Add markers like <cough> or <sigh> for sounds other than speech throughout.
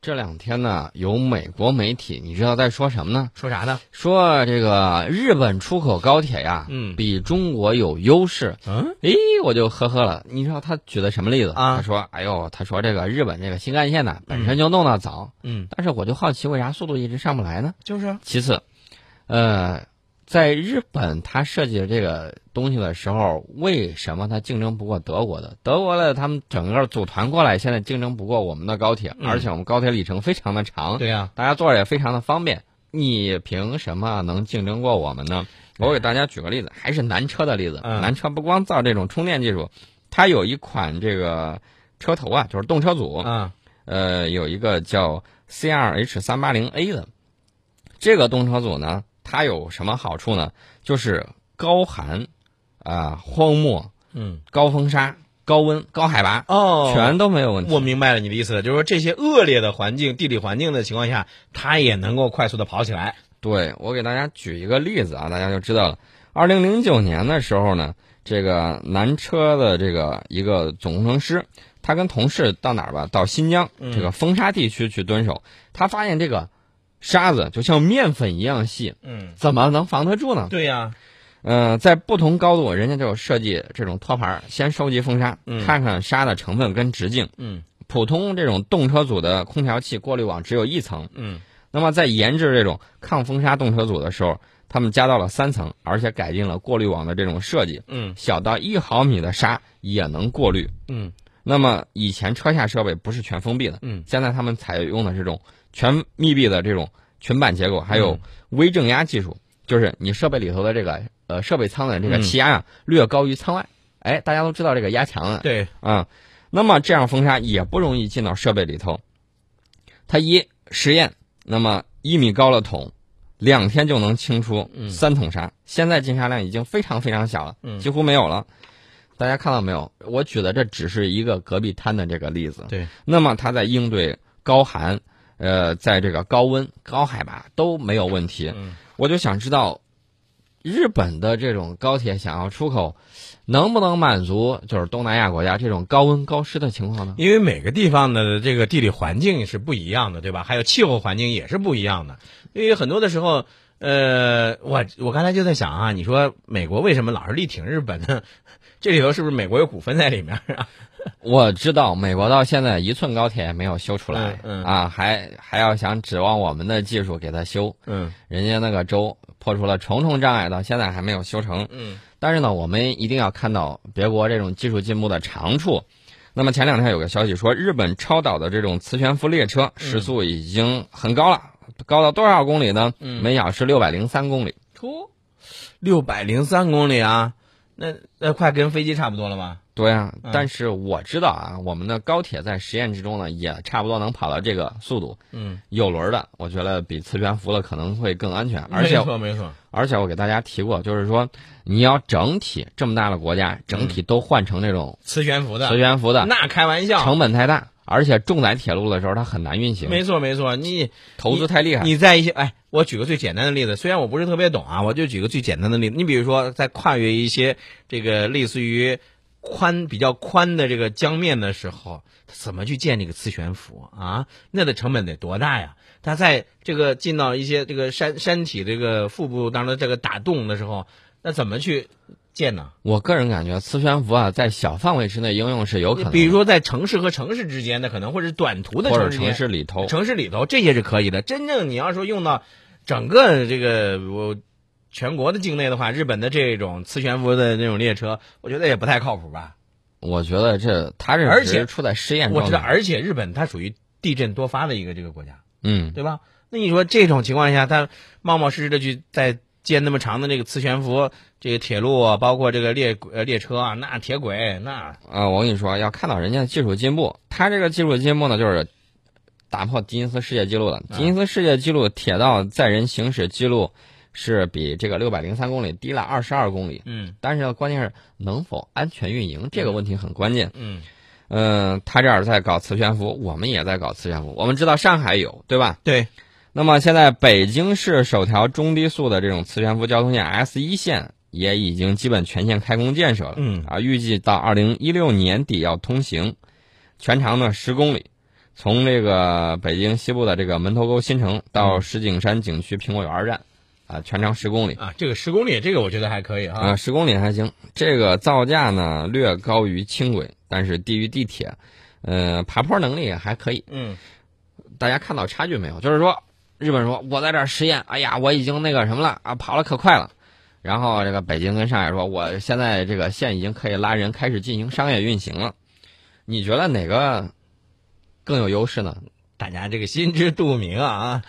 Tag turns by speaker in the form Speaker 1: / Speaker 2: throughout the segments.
Speaker 1: 这两天呢，有美国媒体，你知道在说什么呢？
Speaker 2: 说啥呢？
Speaker 1: 说这个日本出口高铁呀，
Speaker 2: 嗯
Speaker 1: 比中国有优势。
Speaker 2: 嗯，
Speaker 1: 诶，我就呵呵了。你知道他举的什么例子？
Speaker 2: 啊
Speaker 1: 他说：“哎呦，他说这个日本这个新干线呢，本身就弄得早，
Speaker 2: 嗯，
Speaker 1: 但是我就好奇，为啥速度一直上不来呢？
Speaker 2: 就是啊，
Speaker 1: 其次，呃，在日本他设计这个东西的时候，为什么他竞争不过德国的？德国的他们整个组团过来，现在竞争不过我们的高铁，
Speaker 2: 嗯
Speaker 1: 而且我们高铁里程非常的长，
Speaker 2: 对呀、
Speaker 1: 大家坐着也非常的方便。你凭什么能竞争过我们呢？我给大家举个例子，还是南车的例子。
Speaker 2: 嗯
Speaker 1: 南车不光造这种充电技术，它有一款这个车头啊，就是动车组，
Speaker 2: 啊，
Speaker 1: 呃，有一个叫 CRH 三八零 A 的这个动车组呢，它有什么好处呢？就是高寒啊、荒漠、
Speaker 2: 嗯，
Speaker 1: 高风沙、高温、高海拔，
Speaker 2: 哦，
Speaker 1: 全都没有问题。
Speaker 2: 我明白了你的意思了，就是说这些恶劣的环境、地理环境的情况下，它也能够快速的跑起来。
Speaker 1: 对我给大家举一个例子啊，大家就知道了。二零零九年的时候呢，这个南车的这个一个总工程师，他跟同事到哪儿吧？到新疆这个风沙地区去蹲守，他发现这个沙子就像面粉一样细，
Speaker 2: 嗯，
Speaker 1: 怎么能防得住呢？
Speaker 2: 对呀、
Speaker 1: 呃，在不同高度，人家就有设计这种托盘儿，先收集风沙，
Speaker 2: 嗯
Speaker 1: 看看沙的成分跟直径。
Speaker 2: 嗯
Speaker 1: 普通这种动车组的空调器过滤网只有一层，
Speaker 2: 嗯，
Speaker 1: 那么在研制这种抗风沙动车组的时候，他们加到了三层，而且改进了过滤网的这种设计，
Speaker 2: 嗯
Speaker 1: 小到一毫米的沙也能过滤。
Speaker 2: 嗯
Speaker 1: 那么以前车下设备不是全封闭的，
Speaker 2: 嗯，
Speaker 1: 现在他们采用的这种全密闭的这种裙板结构，还有
Speaker 2: 嗯
Speaker 1: 微正压技术，就是你设备里头的这个呃设备舱的这个
Speaker 2: 嗯
Speaker 1: 气压啊、略高于舱外。哎，大家都知道这个压强啊，
Speaker 2: 对，
Speaker 1: 啊、那么这样风沙也不容易进到设备里头。它一实验，那么一米高的桶，两天就能清出三桶沙。现在进沙量已经非常非常小了，
Speaker 2: 嗯
Speaker 1: 几乎没有了。大家看到没有？我举的这只是一个隔壁滩的这个例子。
Speaker 2: 对，
Speaker 1: 那么它在应对高寒，呃，在这个高温、高海拔都没有问题。
Speaker 2: 嗯
Speaker 1: 我就想知道，日本的这种高铁想要出口，能不能满足就是东南亚国家这种高温高湿的情况呢？
Speaker 2: 因为每个地方的这个地理环境是不一样的，对吧？还有气候环境也是不一样的。因为很多的时候，呃，我我刚才就在想啊，你说美国为什么老是力挺日本呢？ <laughs> 这里头是不是美国有股份在里面 <laughs> 啊？
Speaker 1: 我知道美国到现在一寸高铁也没有修出来，
Speaker 2: 嗯嗯
Speaker 1: 啊，还还要想指望我们的技术给它修，
Speaker 2: 嗯
Speaker 1: 人家那个州破除了重重障碍，到现在还没有修成。
Speaker 2: 嗯
Speaker 1: 但是呢，我们一定要看到别国这种技术进步的长处。那么前两天有个消息说，日本超导的这种磁悬浮列
Speaker 2: 嗯
Speaker 1: 车时速已经很高了，高到多少公里呢？
Speaker 2: 嗯
Speaker 1: 每小时六百零三公里。
Speaker 2: 出六百零三公里啊，那那快跟飞机差不多了吧？
Speaker 1: 对啊
Speaker 2: 嗯，
Speaker 1: 但是我知道啊，我们的高铁在实验之中呢，也差不多能跑到这个速度。
Speaker 2: 嗯，
Speaker 1: 有轮儿的，我觉得比磁悬浮的可能会更安全，而且
Speaker 2: 没错 <laughs> 没错，
Speaker 1: 而且我给大家提过，就是说你要整体这么大的国家，
Speaker 2: 嗯
Speaker 1: 整体都换成这种
Speaker 2: 磁悬浮的，
Speaker 1: 磁悬浮的，
Speaker 2: 那开玩笑，
Speaker 1: 成本太大，而且重载铁路的时候它很难运行，
Speaker 2: 没错没错，你
Speaker 1: 投资太厉害。
Speaker 2: 你在一些哎，我举个最简单的例子，虽然我不是特别懂啊，我就举个最简单的例子，你比如说在跨越一些这个类似于宽比较宽的这个江面的时候，它怎么去建这个磁悬浮啊？那的成本得多大呀？它在这个进到一些这个山山体这个腹部当中这个打洞的时候，那怎么去建呢？
Speaker 1: 我个人感觉磁悬浮啊，在小范围之内应用是有可能的，
Speaker 2: 比如说在城市和城市之间的可能，或者是短途的
Speaker 1: 或者
Speaker 2: 城市
Speaker 1: 城
Speaker 2: 间
Speaker 1: 市里头，
Speaker 2: 城市里头这些是可以的。真正你要说用到整个这个我全国的境内的话，日本的这种磁悬浮的那种列车，我觉得也不太靠谱吧。
Speaker 1: 我觉得这它这
Speaker 2: 而
Speaker 1: 只
Speaker 2: 且
Speaker 1: 是处在试验
Speaker 2: 我
Speaker 1: 状
Speaker 2: 知道，
Speaker 1: 态。
Speaker 2: 而且日本它属于地震多发的一个这个国家，
Speaker 1: 嗯，
Speaker 2: 对吧？那你说这种情况下，它冒冒失失的去再建那么长的这个磁悬浮这个铁路啊，包括这个列呃列车啊，那铁轨那
Speaker 1: 啊，我跟你说，要看到人家技术进步，它这个技术进步呢，就是打破吉尼斯世界纪录了。
Speaker 2: 嗯
Speaker 1: 吉尼斯世界纪录铁道载人行驶记录是比这个六百零三公里低了二十二公里，
Speaker 2: 嗯
Speaker 1: 但是呢，关键是能否安全运营这个问题很关键。
Speaker 2: 嗯
Speaker 1: 嗯，他这儿在搞磁悬浮，我们也在搞磁悬浮。我们知道上海有，对吧？
Speaker 2: 对
Speaker 1: 那么现在北京市首条中低速的这种磁悬浮交通线 S 一线也已经基本全线开工建设了，
Speaker 2: 嗯
Speaker 1: 啊，预计到二零一六年底要通行，全长呢十公里。从这个北京西部的这个门头沟新城到石景山景区苹果园二站，啊，全长十公里，
Speaker 2: 啊，这个十公里，这个我觉得还可以
Speaker 1: 啊，
Speaker 2: 啊。
Speaker 1: 十公里还行。这个造价呢略高于轻轨，但是低于地铁，呃，爬坡能力还可以。
Speaker 2: 嗯
Speaker 1: 大家看到差距没有？就是说，日本说我在这儿实验，哎呀，我已经那个什么了啊，跑了可快了。然后这个北京跟上海说，我现在这个线已经可以拉人，开始进行商业运行了。你觉得哪个更有优势呢？
Speaker 2: 大家这个心知肚明啊。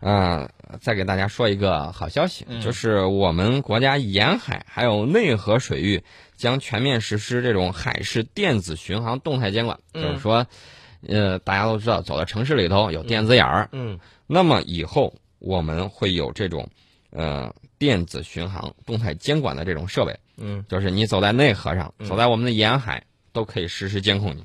Speaker 1: 啊、再给大家说一个好消息，
Speaker 2: 嗯
Speaker 1: 就是我们国家沿海还有内河水域将全面实施这种海事电子巡航动态监管，
Speaker 2: 嗯
Speaker 1: 就是说，呃，大家都知道，走到城市里头有电子眼儿，
Speaker 2: 嗯
Speaker 1: 那么以后我们会有这种，呃，电子巡航、动态监管的这种设备，
Speaker 2: 嗯，
Speaker 1: 就是你走在内河上，
Speaker 2: 嗯
Speaker 1: 走在我们的沿海，都可以实时监控你。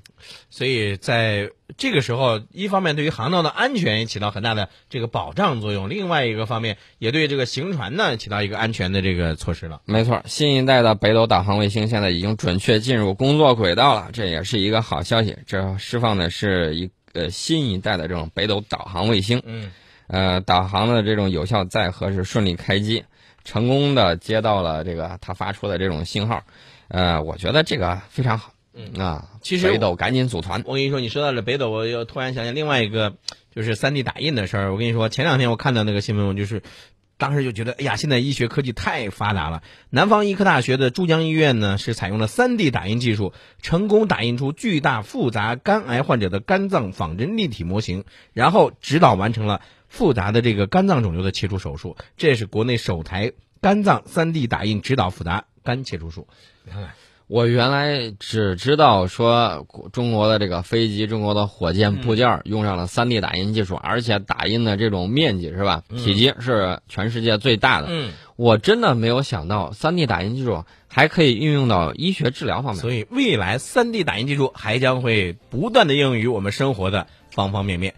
Speaker 2: 所以在这个时候，一方面对于航道的安全也起到很大的这个保障作用，另外一个方面也对这个行船呢起到一个安全的这个措施了。
Speaker 1: 没错，新一代的北斗导航卫星现在已经准确进入工作轨道了，这也是一个好消息。这释放的是一呃新一代的这种北斗导航卫星，
Speaker 2: 嗯
Speaker 1: 呃，导航的这种有效载荷是顺利开机，成功的接到了这个它发出的这种信号，呃，我觉得这个非常好。
Speaker 2: 嗯
Speaker 1: 啊，
Speaker 2: 其实
Speaker 1: 北斗赶紧组团，
Speaker 2: 我跟你说，你说到了北斗，我又突然想起另外一个就是三 D 打印的事儿。我跟你说，前两天我看到那个新闻，我就是当时就觉得，哎呀，现在医学科技太发达了。南方医科大学的珠江医院呢，是采用了三 D 打印技术，成功打印出巨大复杂肝癌患者的肝脏仿真立体模型，然后指导完成了复杂的这个肝脏肿瘤的切除手术。这是国内首台肝脏三 D 打印指导复杂肝切除术。你看看，
Speaker 1: 我原来只知道说国中国的这个飞机、中国的火箭部件儿用上了 3D 打印技术，而且打印的这种面积是吧，体积是全世界最大的。
Speaker 2: 嗯。
Speaker 1: 我真的没有想到 3D 打印技术还可以运用到医学治疗方面。
Speaker 2: 所以，未来 3D 打印技术还将会不断的应用于我们生活的方方面面。